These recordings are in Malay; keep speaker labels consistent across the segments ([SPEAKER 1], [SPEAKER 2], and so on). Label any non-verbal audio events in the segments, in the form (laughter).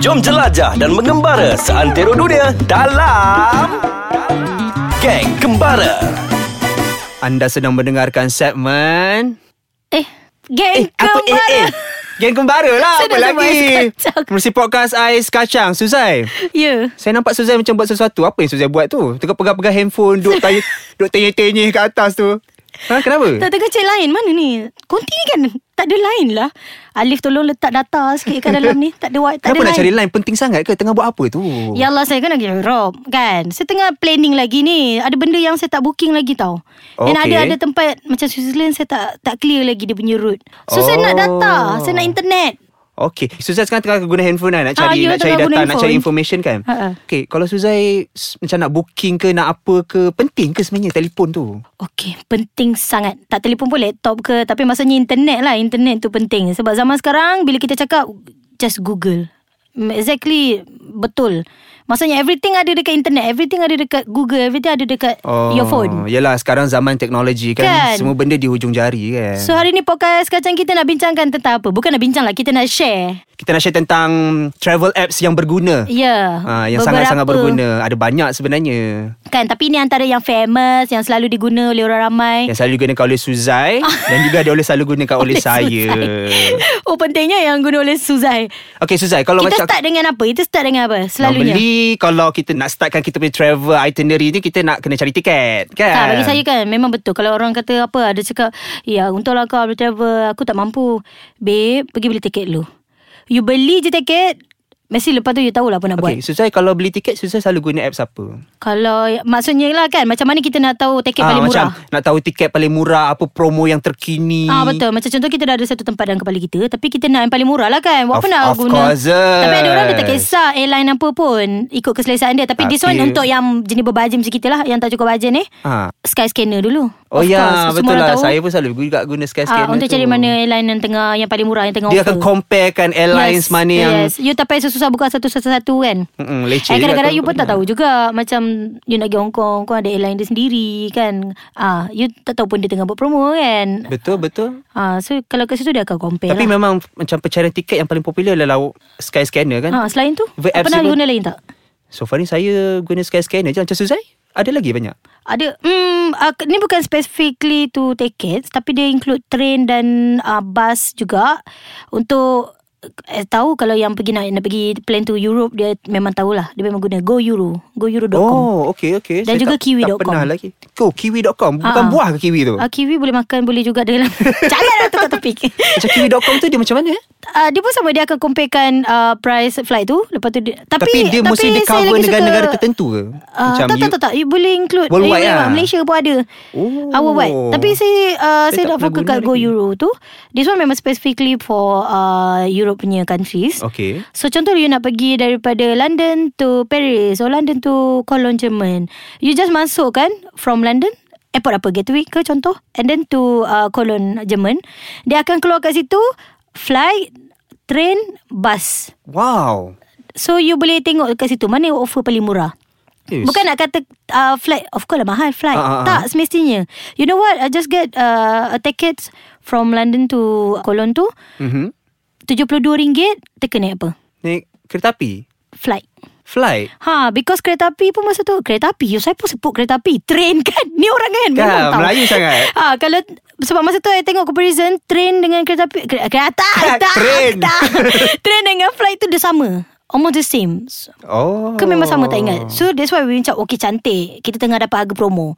[SPEAKER 1] Jom jelajah dan mengembara seantero dunia dalam Geng Kembara.
[SPEAKER 2] Anda sedang mendengarkan segmen
[SPEAKER 3] Eh,
[SPEAKER 2] Eh,
[SPEAKER 3] geng eh,
[SPEAKER 2] apa eh eh Geng kembara
[SPEAKER 3] (laughs)
[SPEAKER 2] lah Apa
[SPEAKER 3] Sedang sebut
[SPEAKER 2] lagi
[SPEAKER 3] ais kacang.
[SPEAKER 2] Mesti podcast ais kacang Suzai
[SPEAKER 3] Ya.
[SPEAKER 2] Saya nampak Suzai macam buat sesuatu Apa yang Suzai buat tu Tengah pegang-pegang handphone Duk tanya Duk tenyih-tenyih kat atas tu Ha
[SPEAKER 3] Tak
[SPEAKER 2] kenapa
[SPEAKER 3] tengah cek lain mana ni? Konti ni kan tak ada lain lah. Alif tolong letak data sikit kat dalam ni. Tak ada wa- tak
[SPEAKER 2] Kenapa
[SPEAKER 3] ada
[SPEAKER 2] nak
[SPEAKER 3] lain.
[SPEAKER 2] cari line Penting sangat ke Tengah buat apa tu
[SPEAKER 3] Ya Allah saya kan lagi Europe kan. Saya tengah planning lagi ni. Ada benda yang saya tak booking lagi tau. Dan
[SPEAKER 2] Okey.
[SPEAKER 3] ada ada tempat macam Switzerland saya tak tak clear lagi dia punya route. So saya nak data,
[SPEAKER 2] Oh.
[SPEAKER 3] saya nak internet.
[SPEAKER 2] Okay Suzai sekarang tengah guna handphone kan Nak
[SPEAKER 3] Ah,
[SPEAKER 2] cari,
[SPEAKER 3] ya,
[SPEAKER 2] nak cari
[SPEAKER 3] tengah
[SPEAKER 2] data
[SPEAKER 3] guna
[SPEAKER 2] Nak cari
[SPEAKER 3] handphone.
[SPEAKER 2] information kan
[SPEAKER 3] Ha, ha.
[SPEAKER 2] Okay Kalau Suzai s- Macam nak booking ke Nak apa ke Penting ke sebenarnya Telefon tu
[SPEAKER 3] Okey, penting sangat. Tak telefon pun laptop ke, tapi maksudnya internet lah. Internet tu penting. Sebab zaman sekarang bila kita cakap just Google. Mm, Exactly betul. Maksudnya everything ada dekat internet, everything ada dekat Google, everything ada dekat oh, your phone.
[SPEAKER 2] Yelah sekarang zaman teknologi kan,
[SPEAKER 3] Kan?
[SPEAKER 2] Semua benda di hujung jari kan
[SPEAKER 3] So hari ni podcast kacang kita nak bincangkan tentang apa? Bukan nak bincang lah, kita nak share.
[SPEAKER 2] Kita nak share tentang Travel apps yang berguna
[SPEAKER 3] Ya. Yeah,
[SPEAKER 2] ha, Yang
[SPEAKER 3] beberapa-
[SPEAKER 2] sangat-sangat berguna Ada banyak sebenarnya
[SPEAKER 3] Kan, tapi ini antara yang famous, yang selalu diguna oleh orang ramai.
[SPEAKER 2] Yang selalu digunakan oleh
[SPEAKER 3] (laughs)
[SPEAKER 2] Suzai Dan juga ada oleh selalu gunakan oleh saya
[SPEAKER 3] Suzai. (laughs) oh pentingnya yang guna oleh Suzai.
[SPEAKER 2] Okay Suzai Kalau
[SPEAKER 3] Kita
[SPEAKER 2] macam
[SPEAKER 3] start dengan apa? Kita start dengan apa? Selalunya.
[SPEAKER 2] Normally Kalau kita nak startkan Kita punya travel itinerary ni Kita nak kena cari tiket kan
[SPEAKER 3] Tak, bagi saya kan memang betul. Kalau orang kata apa, ada cakap, ya untunglah kau boleh travel, aku tak mampu. Babe, pergi beli tiket lu. You beli je tiket, mesti lepas tu you tahulah apa nak
[SPEAKER 2] Okay
[SPEAKER 3] okay. buat.
[SPEAKER 2] Suzai kalau beli tiket Suzai selalu guna apps apa
[SPEAKER 3] Kalau maksudnya lah kan, macam mana kita nak tahu tiket
[SPEAKER 2] Ah,
[SPEAKER 3] paling
[SPEAKER 2] macam
[SPEAKER 3] murah?
[SPEAKER 2] Nak tahu tiket paling murah Apa promo yang terkini
[SPEAKER 3] Ah betul macam contoh kita dah ada satu tempat dalam kepala kita tapi kita nak yang paling murah lah kan. Buat apa
[SPEAKER 2] Of-
[SPEAKER 3] nak
[SPEAKER 2] of
[SPEAKER 3] guna?
[SPEAKER 2] course.
[SPEAKER 3] Tapi ada orang dia tak kisah airline apa pun ikut keselesaan dia tapi, this
[SPEAKER 2] Tapi-
[SPEAKER 3] one untuk yang jenis berbajet macam kita lah yang tak cukup bajet ni.
[SPEAKER 2] Ah.
[SPEAKER 3] Skyscanner dulu.
[SPEAKER 2] Oh
[SPEAKER 3] Of
[SPEAKER 2] ya
[SPEAKER 3] course, semua
[SPEAKER 2] betul
[SPEAKER 3] orang
[SPEAKER 2] lah
[SPEAKER 3] tahu.
[SPEAKER 2] Saya pun selalu juga guna
[SPEAKER 3] Ah,
[SPEAKER 2] skyscanner
[SPEAKER 3] untuk
[SPEAKER 2] tu.
[SPEAKER 3] cari mana airline yang tengah yang paling murah yang tengah
[SPEAKER 2] Dia
[SPEAKER 3] offer.
[SPEAKER 2] akan comparekan airlines
[SPEAKER 3] yes,
[SPEAKER 2] mana yang
[SPEAKER 3] yes. you tak payah susah buka satu-satu kan.
[SPEAKER 2] Mm-mm, leceh
[SPEAKER 3] Eh
[SPEAKER 2] juga
[SPEAKER 3] kadang-kadang
[SPEAKER 2] tu.
[SPEAKER 3] you pun tak tahu juga Macam you nak pergi Hong Kong Kau ada airline dia sendiri kan ah, You tak tahu pun dia tengah buat promo kan
[SPEAKER 2] Betul betul
[SPEAKER 3] ah, So kalau kat situ dia akan compare
[SPEAKER 2] Tapi
[SPEAKER 3] lah
[SPEAKER 2] memang macam pencarian tiket yang paling popular lah adalah Skyscanner kan
[SPEAKER 3] ah, Selain tu
[SPEAKER 2] Web apps
[SPEAKER 3] Pernah
[SPEAKER 2] juga.
[SPEAKER 3] guna lain tak?
[SPEAKER 2] So far ni saya guna Skyscanner je Macam Suzai Ada lagi banyak
[SPEAKER 3] Ada mm, uh, Ni bukan specifically to tickets Tapi dia include train dan uh, bus juga Untuk eh, Tahu kalau yang pergi nak, nak pergi plan to Europe Dia memang tahulah Dia memang guna Go Euro GoEuro.com
[SPEAKER 2] Oh okay okay
[SPEAKER 3] Dan
[SPEAKER 2] Saya
[SPEAKER 3] juga
[SPEAKER 2] tak,
[SPEAKER 3] kiwi.com.
[SPEAKER 2] Tak pernah lagi Oh kiwi.com Bukan
[SPEAKER 3] Ah.
[SPEAKER 2] buah ke kiwi tu
[SPEAKER 3] uh, Kiwi boleh makan Boleh juga dalam (laughs) Jangan lah tukar topik
[SPEAKER 2] Macam kiwi.com tu dia macam mana eh?
[SPEAKER 3] Uh, dia pun sama dia akan comparekan uh, price flight tu lepas tu dia, tapi
[SPEAKER 2] Tapi, dia mesti dia cover
[SPEAKER 3] saya lagi suka-
[SPEAKER 2] negara-negara tertentu ke?
[SPEAKER 3] Uh, tak, tak,
[SPEAKER 2] you-
[SPEAKER 3] tak, tak. You boleh include
[SPEAKER 2] Worldwide
[SPEAKER 3] eh,
[SPEAKER 2] lah.
[SPEAKER 3] Malaysia pun ada.
[SPEAKER 2] Oh.
[SPEAKER 3] Uh, worldwide. Tapi saya, uh,
[SPEAKER 2] Saya tak
[SPEAKER 3] saya, dah
[SPEAKER 2] pernah
[SPEAKER 3] fokus
[SPEAKER 2] guna
[SPEAKER 3] kat Go
[SPEAKER 2] lagi.
[SPEAKER 3] Euro tu. This one memang specifically for uh, Europe punya countries.
[SPEAKER 2] Okay
[SPEAKER 3] So contoh you nak pergi daripada London to Paris or London to Cologne, Jerman. You just masuk kan from London airport apa Gatwick ke contoh and then to uh, Cologne, Jerman. Dia akan keluar kat situ flight, train, bus.
[SPEAKER 2] Wow
[SPEAKER 3] So you boleh tengok kat situ mana offer paling murah.
[SPEAKER 2] Yes.
[SPEAKER 3] Bukan nak kata uh, flight Of course lah mahal flight
[SPEAKER 2] Ah, ah, ah.
[SPEAKER 3] Tak semestinya You know what I just get uh, A ticket From London to Cologne tu
[SPEAKER 2] mm-hmm.
[SPEAKER 3] RM72 Teka naik apa
[SPEAKER 2] Naik kereta api
[SPEAKER 3] Flight
[SPEAKER 2] Flight
[SPEAKER 3] Ha, because kereta api pun masa tu kereta api. You saya pun sebut kereta api. Train kan. Ni orang kan
[SPEAKER 2] Kan,
[SPEAKER 3] memang tahu.
[SPEAKER 2] Melayu sangat.
[SPEAKER 3] Ha, kalau sebab masa tu saya tengok comparison train dengan kereta api kereta kereta
[SPEAKER 2] (laughs)
[SPEAKER 3] tak,
[SPEAKER 2] Train.
[SPEAKER 3] tak. train dengan flight tu dia sama. Almost the same.
[SPEAKER 2] Oh
[SPEAKER 3] Ke memang sama tak ingat. So that's why we macam okay cantik. Kita tengah dapat harga promo.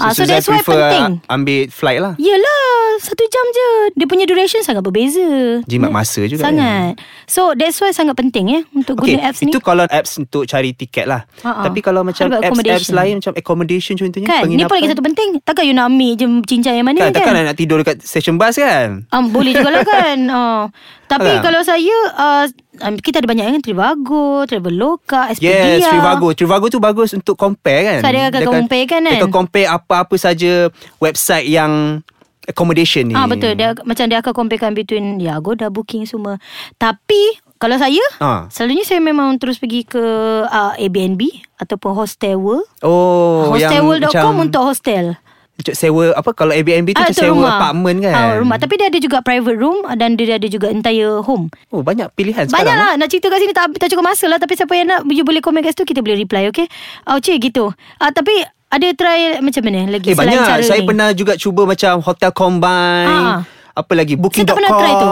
[SPEAKER 3] Ha, so, so
[SPEAKER 2] Suzai
[SPEAKER 3] that's why
[SPEAKER 2] prefer ah,
[SPEAKER 3] penting. Ya,
[SPEAKER 2] Ambil flight lah
[SPEAKER 3] Yelah Satu jam je Dia punya duration sangat berbeza
[SPEAKER 2] Jimat masa juga, eh?
[SPEAKER 3] Sangat So that's why sangat penting ya Untuk
[SPEAKER 2] Okay,
[SPEAKER 3] guna apps ni
[SPEAKER 2] itu kalau apps untuk cari tiket lah.
[SPEAKER 3] Ha-ha.
[SPEAKER 2] Tapi kalau macam
[SPEAKER 3] Apa
[SPEAKER 2] apps,
[SPEAKER 3] accommodation?
[SPEAKER 2] apps lain macam accommodation contohnya,
[SPEAKER 3] Kan Ni pun lagi
[SPEAKER 2] penginapan.
[SPEAKER 3] satu penting Takkan you nak ambil je Cincang yang mana
[SPEAKER 2] Kan,
[SPEAKER 3] kan,
[SPEAKER 2] takkan nak tidur dekat station bus kan?
[SPEAKER 3] Um,
[SPEAKER 2] (laughs)
[SPEAKER 3] boleh jugalah kan uh. Tapi
[SPEAKER 2] Alah.
[SPEAKER 3] kalau saya uh, um, Kita ada banyak kan Trivago Traveloka Expedia
[SPEAKER 2] Yes, Trivago. Trivago tu bagus untuk compare kan.
[SPEAKER 3] So, dia akan compare kan,
[SPEAKER 2] Dia
[SPEAKER 3] kan?
[SPEAKER 2] akan compare apa-apa saja website yang accommodation ni.
[SPEAKER 3] Ah betul dia macam dia akan comparekan between ya Agoda booking semua. Tapi kalau saya
[SPEAKER 2] Ah.
[SPEAKER 3] selalunya saya memang terus pergi ke uh, Airbnb ataupun Hostelworld.
[SPEAKER 2] Oh, yang
[SPEAKER 3] Hostelworld.com
[SPEAKER 2] macam
[SPEAKER 3] untuk hostel.
[SPEAKER 2] Cuk sewa apa kalau Airbnb tu
[SPEAKER 3] Ah,
[SPEAKER 2] macam
[SPEAKER 3] untuk
[SPEAKER 2] sewa
[SPEAKER 3] rumah.
[SPEAKER 2] apartment kan.
[SPEAKER 3] Ah, rumah. Tapi dia ada juga private room ah, dan dia ada juga entire home.
[SPEAKER 2] Oh banyak pilihan
[SPEAKER 3] Banyak
[SPEAKER 2] sekarang.
[SPEAKER 3] lah Nak cerita kat sini tak, tak cukup masa lah Tapi siapa yang nak You boleh komen kat situ Kita boleh reply okay Oh cik gitu uh, Tapi Ada try macam mana lagi
[SPEAKER 2] Eh
[SPEAKER 3] selain
[SPEAKER 2] banyak
[SPEAKER 3] cara
[SPEAKER 2] Saya
[SPEAKER 3] ni?
[SPEAKER 2] pernah juga cuba Macam hotel combine
[SPEAKER 3] Ah.
[SPEAKER 2] Apa lagi
[SPEAKER 3] Saya
[SPEAKER 2] Booking.com
[SPEAKER 3] tak pernah try tu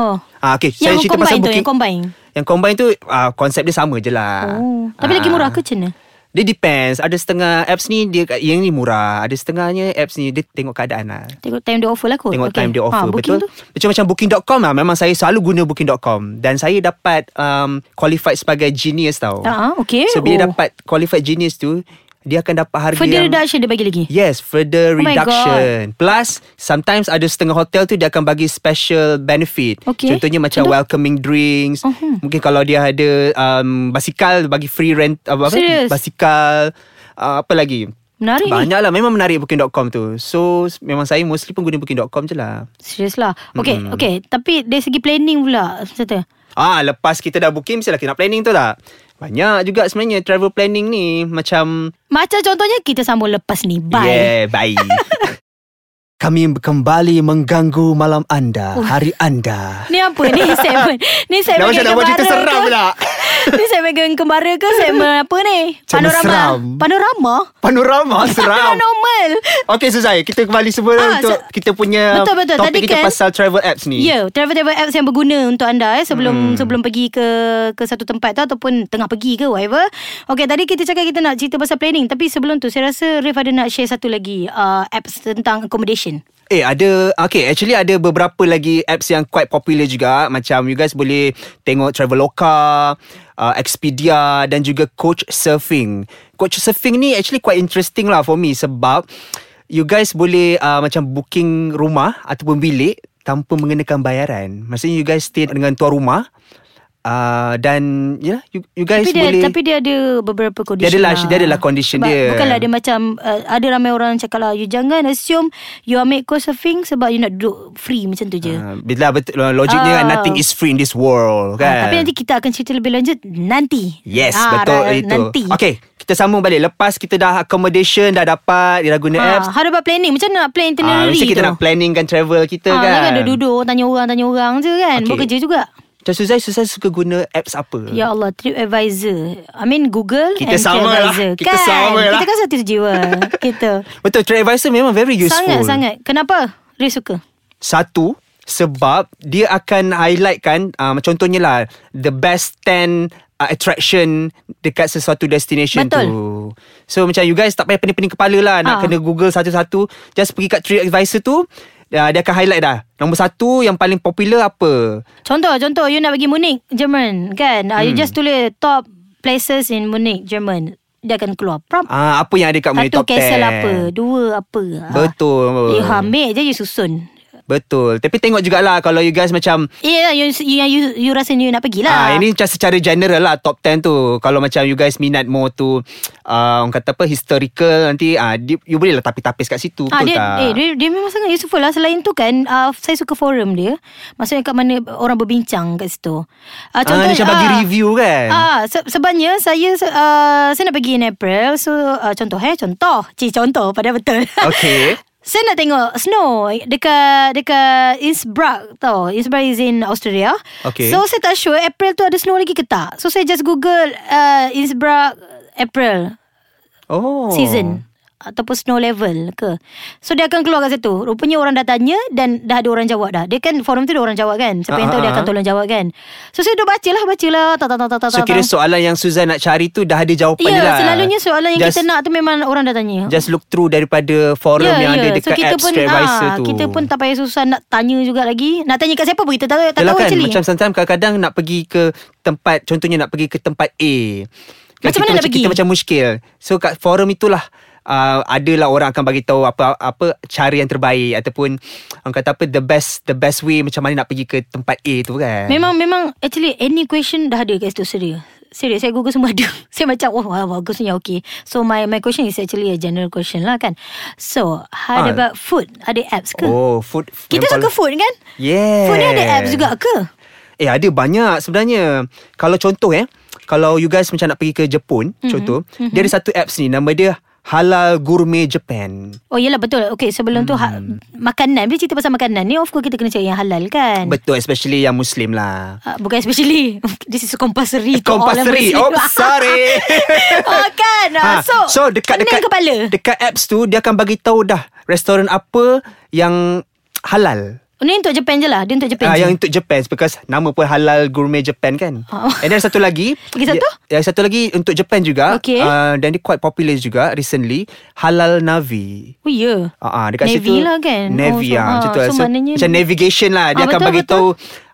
[SPEAKER 3] Oh
[SPEAKER 2] Ah, okay. Saya
[SPEAKER 3] Yang
[SPEAKER 2] cerita
[SPEAKER 3] combine
[SPEAKER 2] pasal
[SPEAKER 3] tu
[SPEAKER 2] booking
[SPEAKER 3] Yang combine
[SPEAKER 2] Yang combine tu ah, Konsep dia sama je lah
[SPEAKER 3] Oh. Tapi lagi
[SPEAKER 2] Ah.
[SPEAKER 3] murah ke macam mana?
[SPEAKER 2] Dia depends Ada setengah apps ni dia Yang ni murah Ada setengahnya apps ni Dia tengok keadaan lah
[SPEAKER 3] Tengok time dia offer lah kot
[SPEAKER 2] Tengok
[SPEAKER 3] Okay.
[SPEAKER 2] okay. time dia
[SPEAKER 3] Ah,
[SPEAKER 2] offer ha,
[SPEAKER 3] booking
[SPEAKER 2] Betul
[SPEAKER 3] tu?
[SPEAKER 2] Macam macam booking.com lah Memang saya selalu guna booking.com Dan saya dapat um, Qualified sebagai genius tau
[SPEAKER 3] Ah, okay.
[SPEAKER 2] So bila
[SPEAKER 3] Oh.
[SPEAKER 2] dapat Qualified genius tu Dia akan dapat harga
[SPEAKER 3] Further
[SPEAKER 2] yang
[SPEAKER 3] reduction dia bagi lagi
[SPEAKER 2] Yes, further
[SPEAKER 3] Oh my
[SPEAKER 2] reduction. Plus, sometimes ada setengah hotel tu dia akan bagi special benefit.
[SPEAKER 3] Okay.
[SPEAKER 2] Contohnya macam
[SPEAKER 3] Contoh?
[SPEAKER 2] welcoming drinks.
[SPEAKER 3] Uh-huh.
[SPEAKER 2] Mungkin kalau dia ada um, basikal bagi free rent apa, apa
[SPEAKER 3] Serious?
[SPEAKER 2] basikal uh, apa lagi?
[SPEAKER 3] Menarik ni
[SPEAKER 2] Banyak lah Memang menarik booking.com tu So s- Memang saya mostly pun Guna booking.com je lah
[SPEAKER 3] Serius lah Okay
[SPEAKER 2] Hmm.
[SPEAKER 3] mm. okay Tapi dari segi planning pula Serta
[SPEAKER 2] Ah, Lepas kita dah booking Mesti lah kita nak planning tu lah Banyak juga sebenarnya Travel planning ni Macam
[SPEAKER 3] Macam contohnya Kita sambung lepas ni Bye
[SPEAKER 2] Yeah, bye. (laughs) Kami kembali mengganggu malam
[SPEAKER 3] Oh.
[SPEAKER 2] anda, hari anda.
[SPEAKER 3] Ni apa
[SPEAKER 2] (laughs)
[SPEAKER 3] ni segmen Ni segmen
[SPEAKER 2] Dah macam nak buat cerita
[SPEAKER 3] kembara
[SPEAKER 2] seram
[SPEAKER 3] ke?
[SPEAKER 2] pula.
[SPEAKER 3] (laughs) Ni segmen kembara ke Segmen apa ni
[SPEAKER 2] Segmen
[SPEAKER 3] Panorama
[SPEAKER 2] seram.
[SPEAKER 3] Panorama (laughs)
[SPEAKER 2] Panorama seram.
[SPEAKER 3] Paranormal
[SPEAKER 2] Okey Suzai, kita kembali semula
[SPEAKER 3] Ah,
[SPEAKER 2] untuk
[SPEAKER 3] se-
[SPEAKER 2] kita punya
[SPEAKER 3] Betul, betul.
[SPEAKER 2] topik
[SPEAKER 3] Tadi
[SPEAKER 2] kita
[SPEAKER 3] kan-
[SPEAKER 2] pasal travel apps
[SPEAKER 3] Ya
[SPEAKER 2] ni.
[SPEAKER 3] yeah, Travel-travel apps yang berguna Untuk anda eh,
[SPEAKER 2] Hmm.
[SPEAKER 3] Sebelum sebelum pergi ke Ke satu tempat tu Ataupun tengah pergi ke Whatever Okay tadi kita cakap Kita nak cerita pasal planning Tapi sebelum tu Saya rasa Rif ada nak share satu lagi uh, Apps tentang accommodation
[SPEAKER 2] Eh ada Okay actually ada beberapa lagi Apps yang quite popular juga Macam you guys boleh Tengok Traveloka uh, Expedia Dan juga Coach Surfing Coach Surfing ni actually quite interesting lah for me Sebab You guys boleh uh, Macam booking rumah Ataupun bilik Tanpa mengenakan bayaran Maksudnya you guys stay dengan tuan rumah uh, Dan yeah, you, you guys
[SPEAKER 3] tapi dia,
[SPEAKER 2] boleh
[SPEAKER 3] Tapi dia ada beberapa condition lah.
[SPEAKER 2] adalah- dia adalah condition
[SPEAKER 3] sebab
[SPEAKER 2] dia.
[SPEAKER 3] Bukanlah dia macam uh, Ada ramai orang cakap lah You jangan assume You ambil course surfing Sebab you nak duduk free Macam tu je uh,
[SPEAKER 2] Uh, Bila betul Logiknya kan
[SPEAKER 3] Ah.
[SPEAKER 2] Nothing is free in this world kan
[SPEAKER 3] Tapi nanti kita akan cerita lebih lanjut Nanti
[SPEAKER 2] Yes,
[SPEAKER 3] Ah,
[SPEAKER 2] betul
[SPEAKER 3] ra-
[SPEAKER 2] itu.
[SPEAKER 3] Nanti
[SPEAKER 2] Okay, kita sambung balik. Lepas kita dah accommodation dah dapat, dia dah guna
[SPEAKER 3] Ah,
[SPEAKER 2] apps.
[SPEAKER 3] How about planning Macam mana nak plan
[SPEAKER 2] Ah,
[SPEAKER 3] itinerary
[SPEAKER 2] mesti kita
[SPEAKER 3] tu
[SPEAKER 2] nak planningkan travel kita
[SPEAKER 3] Ah,
[SPEAKER 2] kan.
[SPEAKER 3] kan ada duduk Tanya orang Tanya orang je
[SPEAKER 2] Okay.
[SPEAKER 3] kan okay. Bekerja juga
[SPEAKER 2] Macam Suzai, Suzai suka guna apps apa?
[SPEAKER 3] Ya Allah TripAdvisor I mean Google
[SPEAKER 2] Hmm. Kita
[SPEAKER 3] and
[SPEAKER 2] sama lah.
[SPEAKER 3] TripAdvisor.
[SPEAKER 2] Kita
[SPEAKER 3] kan?
[SPEAKER 2] sama lah.
[SPEAKER 3] Kita kan satu
[SPEAKER 2] (laughs)
[SPEAKER 3] jiwa Kita
[SPEAKER 2] Betul, TripAdvisor memang very useful.
[SPEAKER 3] Sangat-sangat Kenapa Ray suka
[SPEAKER 2] Satu, sebab dia akan highlightkan, uh, contohnya lah, the best 10 uh, attraction dekat sesuatu destination
[SPEAKER 3] Betul.
[SPEAKER 2] tu. So macam you guys tak payah pening-pening kepala lah Nak
[SPEAKER 3] Ah.
[SPEAKER 2] kena google satu-satu Just pergi kat TripAdvisor tu uh, Dia akan highlight dah Nombor satu yang paling popular apa
[SPEAKER 3] Contoh, contoh you nak pergi Munich, Jerman kan? Hmm. You just tulis top places in Munich, Jerman. Dia akan keluar prompt.
[SPEAKER 2] Ah, apa yang ada kat Malay Top
[SPEAKER 3] Satu
[SPEAKER 2] 10
[SPEAKER 3] castle apa, dua apa. Ah.
[SPEAKER 2] Betul
[SPEAKER 3] You ambil je you susun.
[SPEAKER 2] Betul Tapi tengok jugalah Kalau you guys macam
[SPEAKER 3] Ya, yeah, you, you, you, you rasa you nak pergi
[SPEAKER 2] Ah,
[SPEAKER 3] lah.
[SPEAKER 2] ini macam secara general lah top 10 tu. Kalau macam you guys minat more tu uh, orang kata apa historical nanti ah di- you boleh lah tapis-tapis kat situ betul
[SPEAKER 3] Ah, dia,
[SPEAKER 2] tak?
[SPEAKER 3] eh, dia, dia memang sangat useful lah Selain tu kan uh, Saya suka forum dia Maksudnya kat mana Orang berbincang kat situ uh,
[SPEAKER 2] Ah, dia macam bagi review kan?
[SPEAKER 3] Ah, (laughs) se- sebabnya saya se- uh, saya nak pergi in April. So uh, contoh eh contoh. Cik contoh pada betul. (laughs)
[SPEAKER 2] Okey.
[SPEAKER 3] Saya nak tengok snow dekat dekat Innsbruck tau. Innsbruck is in Australia.
[SPEAKER 2] Okey.
[SPEAKER 3] So saya tak sure April tu ada snow lagi ke tak. So saya just Google uh, Innsbruck April
[SPEAKER 2] Oh.
[SPEAKER 3] season ataupun snow level ke. So dia akan keluar kat situ. Rupanya orang dah tanya dan dah ada orang jawab dah. Dia kan forum tu ada orang jawab kan. Siapa yang tahu
[SPEAKER 2] Ah,
[SPEAKER 3] dia
[SPEAKER 2] ah,
[SPEAKER 3] akan
[SPEAKER 2] ah.
[SPEAKER 3] tolong jawab kan. So saya duduk bacalah bacalah lah. tak tak tak tak tak.
[SPEAKER 2] So
[SPEAKER 3] tak,
[SPEAKER 2] kira
[SPEAKER 3] tak.
[SPEAKER 2] soalan yang Suzan nak cari tu dah ada jawapan
[SPEAKER 3] Ya,
[SPEAKER 2] dia lah.
[SPEAKER 3] selalunya soalan yang
[SPEAKER 2] just,
[SPEAKER 3] kita nak tu memang orang dah tanya. Ya,
[SPEAKER 2] Just look through daripada forum yang ada dekat apps TripAdvisor
[SPEAKER 3] ah,
[SPEAKER 2] tu.
[SPEAKER 3] Kita pun tak payah susah nak tanya juga lagi. Nak tanya kat siapa pun kita tak tahu, tak
[SPEAKER 2] Yalah
[SPEAKER 3] tahu
[SPEAKER 2] kan
[SPEAKER 3] actually.
[SPEAKER 2] Macam sometimes kadang-kadang Nak pergi ke tempat Contohnya nak pergi ke tempat A Kan
[SPEAKER 3] Macam
[SPEAKER 2] kita
[SPEAKER 3] mana nak pergi?
[SPEAKER 2] Kita macam muskil So kat forum itulah Uh, adalah orang akan bagi tahu apa apa cara yang terbaik ataupun orang kata apa the best the best way macam mana nak pergi ke tempat A tu kan.
[SPEAKER 3] Memang memang actually any question dah ada kat situ serius. Serius saya google semua ada. (laughs) Saya macam "Oh, wah, wah bagusnya okey. So my my question is actually a general question lah kan. So
[SPEAKER 2] Ah.
[SPEAKER 3] how about food? Ada apps ke?
[SPEAKER 2] Oh, food.
[SPEAKER 3] Kita
[SPEAKER 2] memang
[SPEAKER 3] suka
[SPEAKER 2] kalau-
[SPEAKER 3] food kan?
[SPEAKER 2] Yeah.
[SPEAKER 3] Food ni ada apps juga ke?
[SPEAKER 2] Eh ada banyak sebenarnya.
[SPEAKER 3] Mhm.
[SPEAKER 2] Kalau contoh eh, kalau you guys macam nak pergi ke Jepun, mm-hmm. contoh, mm-hmm. dia ada satu apps ni nama dia Halal Gourmet Japan.
[SPEAKER 3] Oh yelah betul Okay sebelum hmm. tu ha- Makanan Bila cerita pasal makanan ni Of course kita kena cari yang halal kan
[SPEAKER 2] Betul especially yang Muslim lah.
[SPEAKER 3] Uh, bukan especially (laughs) This is compulsory to all (laughs)
[SPEAKER 2] Compulsory.
[SPEAKER 3] Muslim.
[SPEAKER 2] Oops, sorry.
[SPEAKER 3] oh kan ha. So
[SPEAKER 2] so dekat
[SPEAKER 3] pening
[SPEAKER 2] dekat
[SPEAKER 3] kepala
[SPEAKER 2] dekat apps tu dia akan bagi tahu dah restoran apa yang halal.
[SPEAKER 3] Ni untuk Japan je lah Dia untuk Japan
[SPEAKER 2] Ah,
[SPEAKER 3] je
[SPEAKER 2] yang untuk Japan because nama pun halal gourmet Japan kan.
[SPEAKER 3] Oh.
[SPEAKER 2] And then satu lagi.
[SPEAKER 3] Lagi satu?
[SPEAKER 2] Ya, yang satu lagi untuk Japan juga.
[SPEAKER 3] Okay.
[SPEAKER 2] Uh, dan dia quite popular juga recently. Halal Navi.
[SPEAKER 3] Oh ya yeah.
[SPEAKER 2] Ah, uh, dekat
[SPEAKER 3] Navy
[SPEAKER 2] situ
[SPEAKER 3] lah kan?
[SPEAKER 2] Navy
[SPEAKER 3] Oh, so-
[SPEAKER 2] ah,
[SPEAKER 3] ah,
[SPEAKER 2] macam tu lah.
[SPEAKER 3] so maknanya-
[SPEAKER 2] macam navigation lah. Dia
[SPEAKER 3] Ah,
[SPEAKER 2] akan
[SPEAKER 3] betul,
[SPEAKER 2] bagi
[SPEAKER 3] betul.
[SPEAKER 2] tahu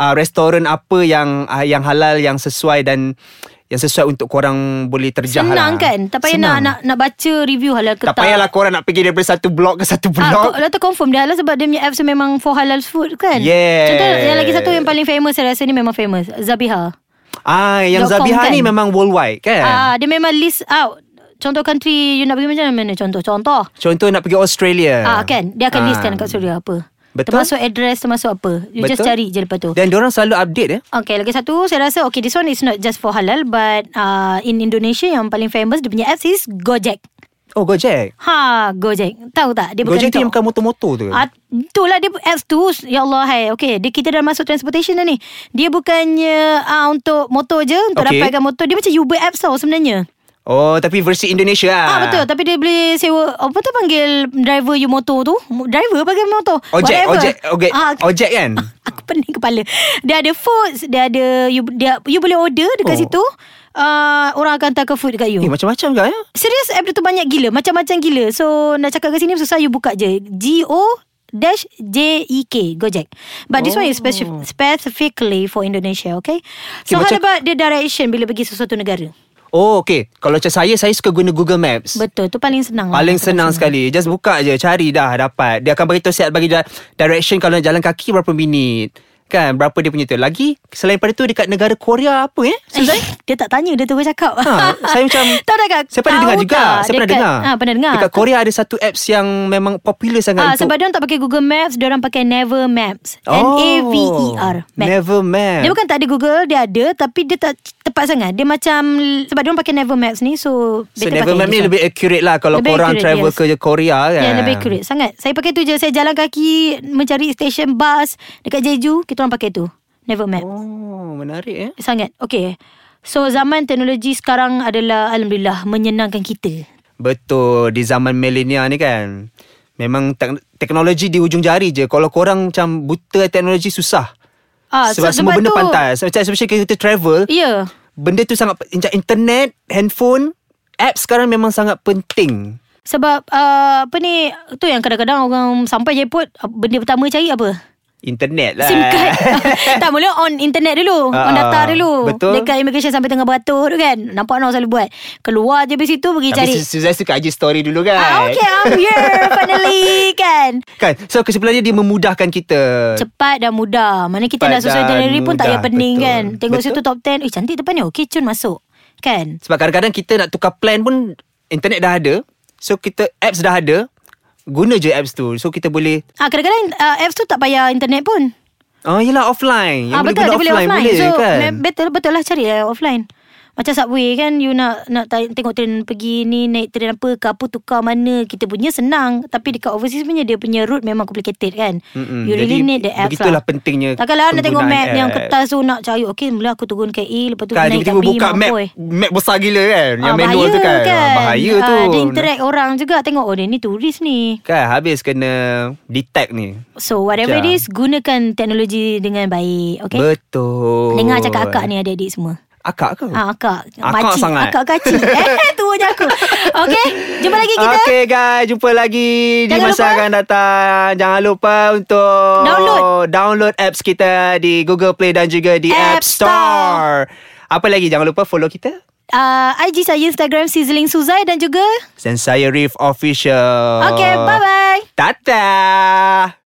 [SPEAKER 2] uh, restoran apa yang uh, yang halal, yang sesuai dan yang sesuai untuk korang boleh terjah lah.
[SPEAKER 3] Senang kan Tak payah nak,
[SPEAKER 2] Senang.
[SPEAKER 3] nak nak baca review halal ke
[SPEAKER 2] Tak
[SPEAKER 3] tak
[SPEAKER 2] payahlah korang nak pergi daripada satu blok ke satu blok.
[SPEAKER 3] Ah, dah tu confirm dah lah sebab dia punya apps tu memang for halal food kan.
[SPEAKER 2] Yes.
[SPEAKER 3] Contoh yang lagi satu yang paling famous saya rasa ni memang famous. Zabiha.
[SPEAKER 2] Ah, yang
[SPEAKER 3] dot com
[SPEAKER 2] Zabiha
[SPEAKER 3] kan?
[SPEAKER 2] ni memang worldwide kan?
[SPEAKER 3] Ah, dia memang list out contoh country you nak pergi macam mana contoh contoh.
[SPEAKER 2] Contoh nak pergi Australia.
[SPEAKER 3] Ah kan dia akan listkan dekat Suria apa.
[SPEAKER 2] Eh. Betul.
[SPEAKER 3] Termasuk address termasuk apa. You just
[SPEAKER 2] Betul.
[SPEAKER 3] cari je lepas tu.
[SPEAKER 2] Dan diorang selalu update eh.
[SPEAKER 3] Okay lagi satu Saya rasa Okay this one is not just for halal But uh, In Indonesia Yang paling famous Dia punya apps is Gojek
[SPEAKER 2] Oh, Gojek.
[SPEAKER 3] Ha Gojek Tahu tak Dia bukan
[SPEAKER 2] Gojek tu yang bukan motor-motor tu.
[SPEAKER 3] Ah, itulah dia apps tu Ya Allah hai Okay dia, kita dah masuk transportation dah ni Dia bukannya uh, Untuk motor je Untuk
[SPEAKER 2] Okay.
[SPEAKER 3] okay. dapatkan motor Dia macam Uber apps tau sebenarnya
[SPEAKER 2] Oh, tapi versi Indonesia lah.
[SPEAKER 3] Ah, betul tapi dia boleh sewa apa tu panggil driver you motor tu Mo- driver panggil motor
[SPEAKER 2] Ojek,
[SPEAKER 3] Whatever.
[SPEAKER 2] ojek, ojek,
[SPEAKER 3] ah,
[SPEAKER 2] ojek kan?
[SPEAKER 3] aku pening kepala dia ada foods dia ada you dia you boleh order
[SPEAKER 2] Oh.
[SPEAKER 3] dekat oh. situ uh, orang akan hantar ke food dekat you
[SPEAKER 2] Eh, macam-macam juga ya.
[SPEAKER 3] Serius app dia tu banyak gila Macam-macam gila So nak cakap kat sini Susah you buka je G-O Dash J-E-K Gojek But this one is speci- specifically For Indonesia Okay So
[SPEAKER 2] Oh. Okay,
[SPEAKER 3] how
[SPEAKER 2] macam-
[SPEAKER 3] about the direction Bila pergi sesuatu negara
[SPEAKER 2] Oh, okay. Kalau macam saya, saya suka guna Google Maps.
[SPEAKER 3] Betul tu paling senang lah.
[SPEAKER 2] Paling senang sekali Just buka je Cari dah dapat Dia akan beritahu siap Bagi da- direction Kalau nak jalan kaki Berapa minit Kan Berapa dia punya tu Lagi Selain pada tu Dekat negara Korea Apa eh
[SPEAKER 3] Eh, dia tak tanya Dia terus cakap (laughs)
[SPEAKER 2] Ha, saya macam
[SPEAKER 3] Tahu tak kak
[SPEAKER 2] Saya pernah
[SPEAKER 3] Tahu
[SPEAKER 2] dengar juga
[SPEAKER 3] tak
[SPEAKER 2] Saya pernah
[SPEAKER 3] dekat-
[SPEAKER 2] dengar
[SPEAKER 3] ha, Pernah dengar
[SPEAKER 2] Dekat Korea ada satu apps Yang memang popular sangat
[SPEAKER 3] Ah,
[SPEAKER 2] untuk
[SPEAKER 3] sebab dia tak pakai Google Maps, dia orang pakai Never Maps.
[SPEAKER 2] Oh,
[SPEAKER 3] N A V E R. Map.
[SPEAKER 2] Never Map
[SPEAKER 3] Dia bukan tak ada Google, dia ada tapi dia tak tepat sangat. Dia macam sebab dia orang pakai Never Maps ni so
[SPEAKER 2] So
[SPEAKER 3] better
[SPEAKER 2] Never
[SPEAKER 3] pakai
[SPEAKER 2] Map ni
[SPEAKER 3] this one.
[SPEAKER 2] lebih accurate lah Kalau
[SPEAKER 3] Lebih
[SPEAKER 2] korang
[SPEAKER 3] accurate,
[SPEAKER 2] travel
[SPEAKER 3] yes.
[SPEAKER 2] ke Korea kan
[SPEAKER 3] Ya lebih accurate sangat Saya pakai tu je Saya jalan kaki Mencari stesen bus Dekat Jeju Kita orang pakai tu Never map
[SPEAKER 2] Oh menarik eh
[SPEAKER 3] Sangat Okay So zaman teknologi sekarang adalah Alhamdulillah Menyenangkan kita
[SPEAKER 2] Betul Di zaman milenial ni kan Memang tek- teknologi di ujung jari je Kalau korang macam buta teknologi susah
[SPEAKER 3] Ah,
[SPEAKER 2] sebab
[SPEAKER 3] so-
[SPEAKER 2] semua
[SPEAKER 3] sebab
[SPEAKER 2] benda
[SPEAKER 3] tu-
[SPEAKER 2] pantas Macam especially kita travel
[SPEAKER 3] Ya yeah.
[SPEAKER 2] Benda tu sangat Macam internet Handphone Apps sekarang memang sangat penting
[SPEAKER 3] Sebab uh, Apa ni Tu yang kadang-kadang Orang sampai je airport ah, Benda pertama cari apa
[SPEAKER 2] Internet lah
[SPEAKER 3] SIM
[SPEAKER 2] (laughs)
[SPEAKER 3] card (laughs) Ah, Tak mula on internet dulu
[SPEAKER 2] Ah,
[SPEAKER 3] On data dulu
[SPEAKER 2] betul.
[SPEAKER 3] Dekat immigration sampai tengah beratur tu kan Nampak nak selalu buat Keluar je dari situ Pergi
[SPEAKER 2] Tapi
[SPEAKER 3] cari
[SPEAKER 2] Su- Suzai suka IG story dulu kan
[SPEAKER 3] Ah, okay,
[SPEAKER 2] (laughs)
[SPEAKER 3] I'm here finally kan.
[SPEAKER 2] Kan So kesimpulannya dia memudahkan kita
[SPEAKER 3] Cepat dan mudah. Mana kita
[SPEAKER 2] Cepat
[SPEAKER 3] nak susun
[SPEAKER 2] dan
[SPEAKER 3] itinerary pun tak payah
[SPEAKER 2] mudah,
[SPEAKER 3] pening
[SPEAKER 2] betul.
[SPEAKER 3] kan. Tengok
[SPEAKER 2] Betul.
[SPEAKER 3] situ top 10. Eh cantik depan ni. Okay cun masuk. Kan?
[SPEAKER 2] Sebab kadang-kadang kita nak tukar plan pun Internet dah ada So kita apps dah ada Guna je apps tu So kita boleh
[SPEAKER 3] Ah kadang-kadang uh, apps tu tak payah internet pun.
[SPEAKER 2] Oh yelah offline Yang
[SPEAKER 3] ah
[SPEAKER 2] boleh
[SPEAKER 3] betul
[SPEAKER 2] guna
[SPEAKER 3] dia boleh
[SPEAKER 2] offline,
[SPEAKER 3] offline.
[SPEAKER 2] Boleh
[SPEAKER 3] so
[SPEAKER 2] kan
[SPEAKER 3] me- betul betul lah cari lah offline. Macam subway kan You nak nak ta- tengok train pergi ni Naik train apa ke apa Tukar mana Kita punya senang Tapi dekat overseas punya Dia punya route memang complicated kan
[SPEAKER 2] Mm-mm.
[SPEAKER 3] You really
[SPEAKER 2] Jadi,
[SPEAKER 3] need the apps
[SPEAKER 2] begitulah
[SPEAKER 3] lah
[SPEAKER 2] pentingnya
[SPEAKER 3] Takkanlah nak tengok
[SPEAKER 2] penggunaan
[SPEAKER 3] map Yang
[SPEAKER 2] apps.
[SPEAKER 3] kertas tu nak cari Okay mula aku turun KL Lepas tu
[SPEAKER 2] Kan
[SPEAKER 3] naik
[SPEAKER 2] tiba-tiba
[SPEAKER 3] kat B
[SPEAKER 2] buka map
[SPEAKER 3] mampoi.
[SPEAKER 2] Map besar gila kan Yang
[SPEAKER 3] Ah,
[SPEAKER 2] manual
[SPEAKER 3] bahaya
[SPEAKER 2] tu kan, Ah, Bahaya
[SPEAKER 3] Ah,
[SPEAKER 2] tu
[SPEAKER 3] Dia interact orang juga Tengok oh dia ni turis ni
[SPEAKER 2] Kan habis kena Detect ni
[SPEAKER 3] So whatever
[SPEAKER 2] Macam.
[SPEAKER 3] it is Gunakan teknologi dengan baik Okay
[SPEAKER 2] Betul
[SPEAKER 3] Dengar cakap akak ni adik-adik semua
[SPEAKER 2] Akak ke?
[SPEAKER 3] Ah, akak
[SPEAKER 2] Oh. Akak
[SPEAKER 3] Makcik.
[SPEAKER 2] sangat.
[SPEAKER 3] Akak kaci
[SPEAKER 2] (laughs)
[SPEAKER 3] Eh tua je aku Okay Jumpa lagi kita
[SPEAKER 2] Okay guys Jumpa lagi Di
[SPEAKER 3] Jangan
[SPEAKER 2] masa
[SPEAKER 3] lupa.
[SPEAKER 2] akan datang Jangan lupa untuk
[SPEAKER 3] Download.
[SPEAKER 2] Download apps kita Di Google Play Dan juga di App,
[SPEAKER 3] App
[SPEAKER 2] Store.
[SPEAKER 3] Store.
[SPEAKER 2] Apa lagi Jangan lupa follow kita
[SPEAKER 3] Ah, IG saya Instagram Sizzling Suzai Dan juga
[SPEAKER 2] Ah. Sensei Reef Official
[SPEAKER 3] Okay bye bye
[SPEAKER 2] Tata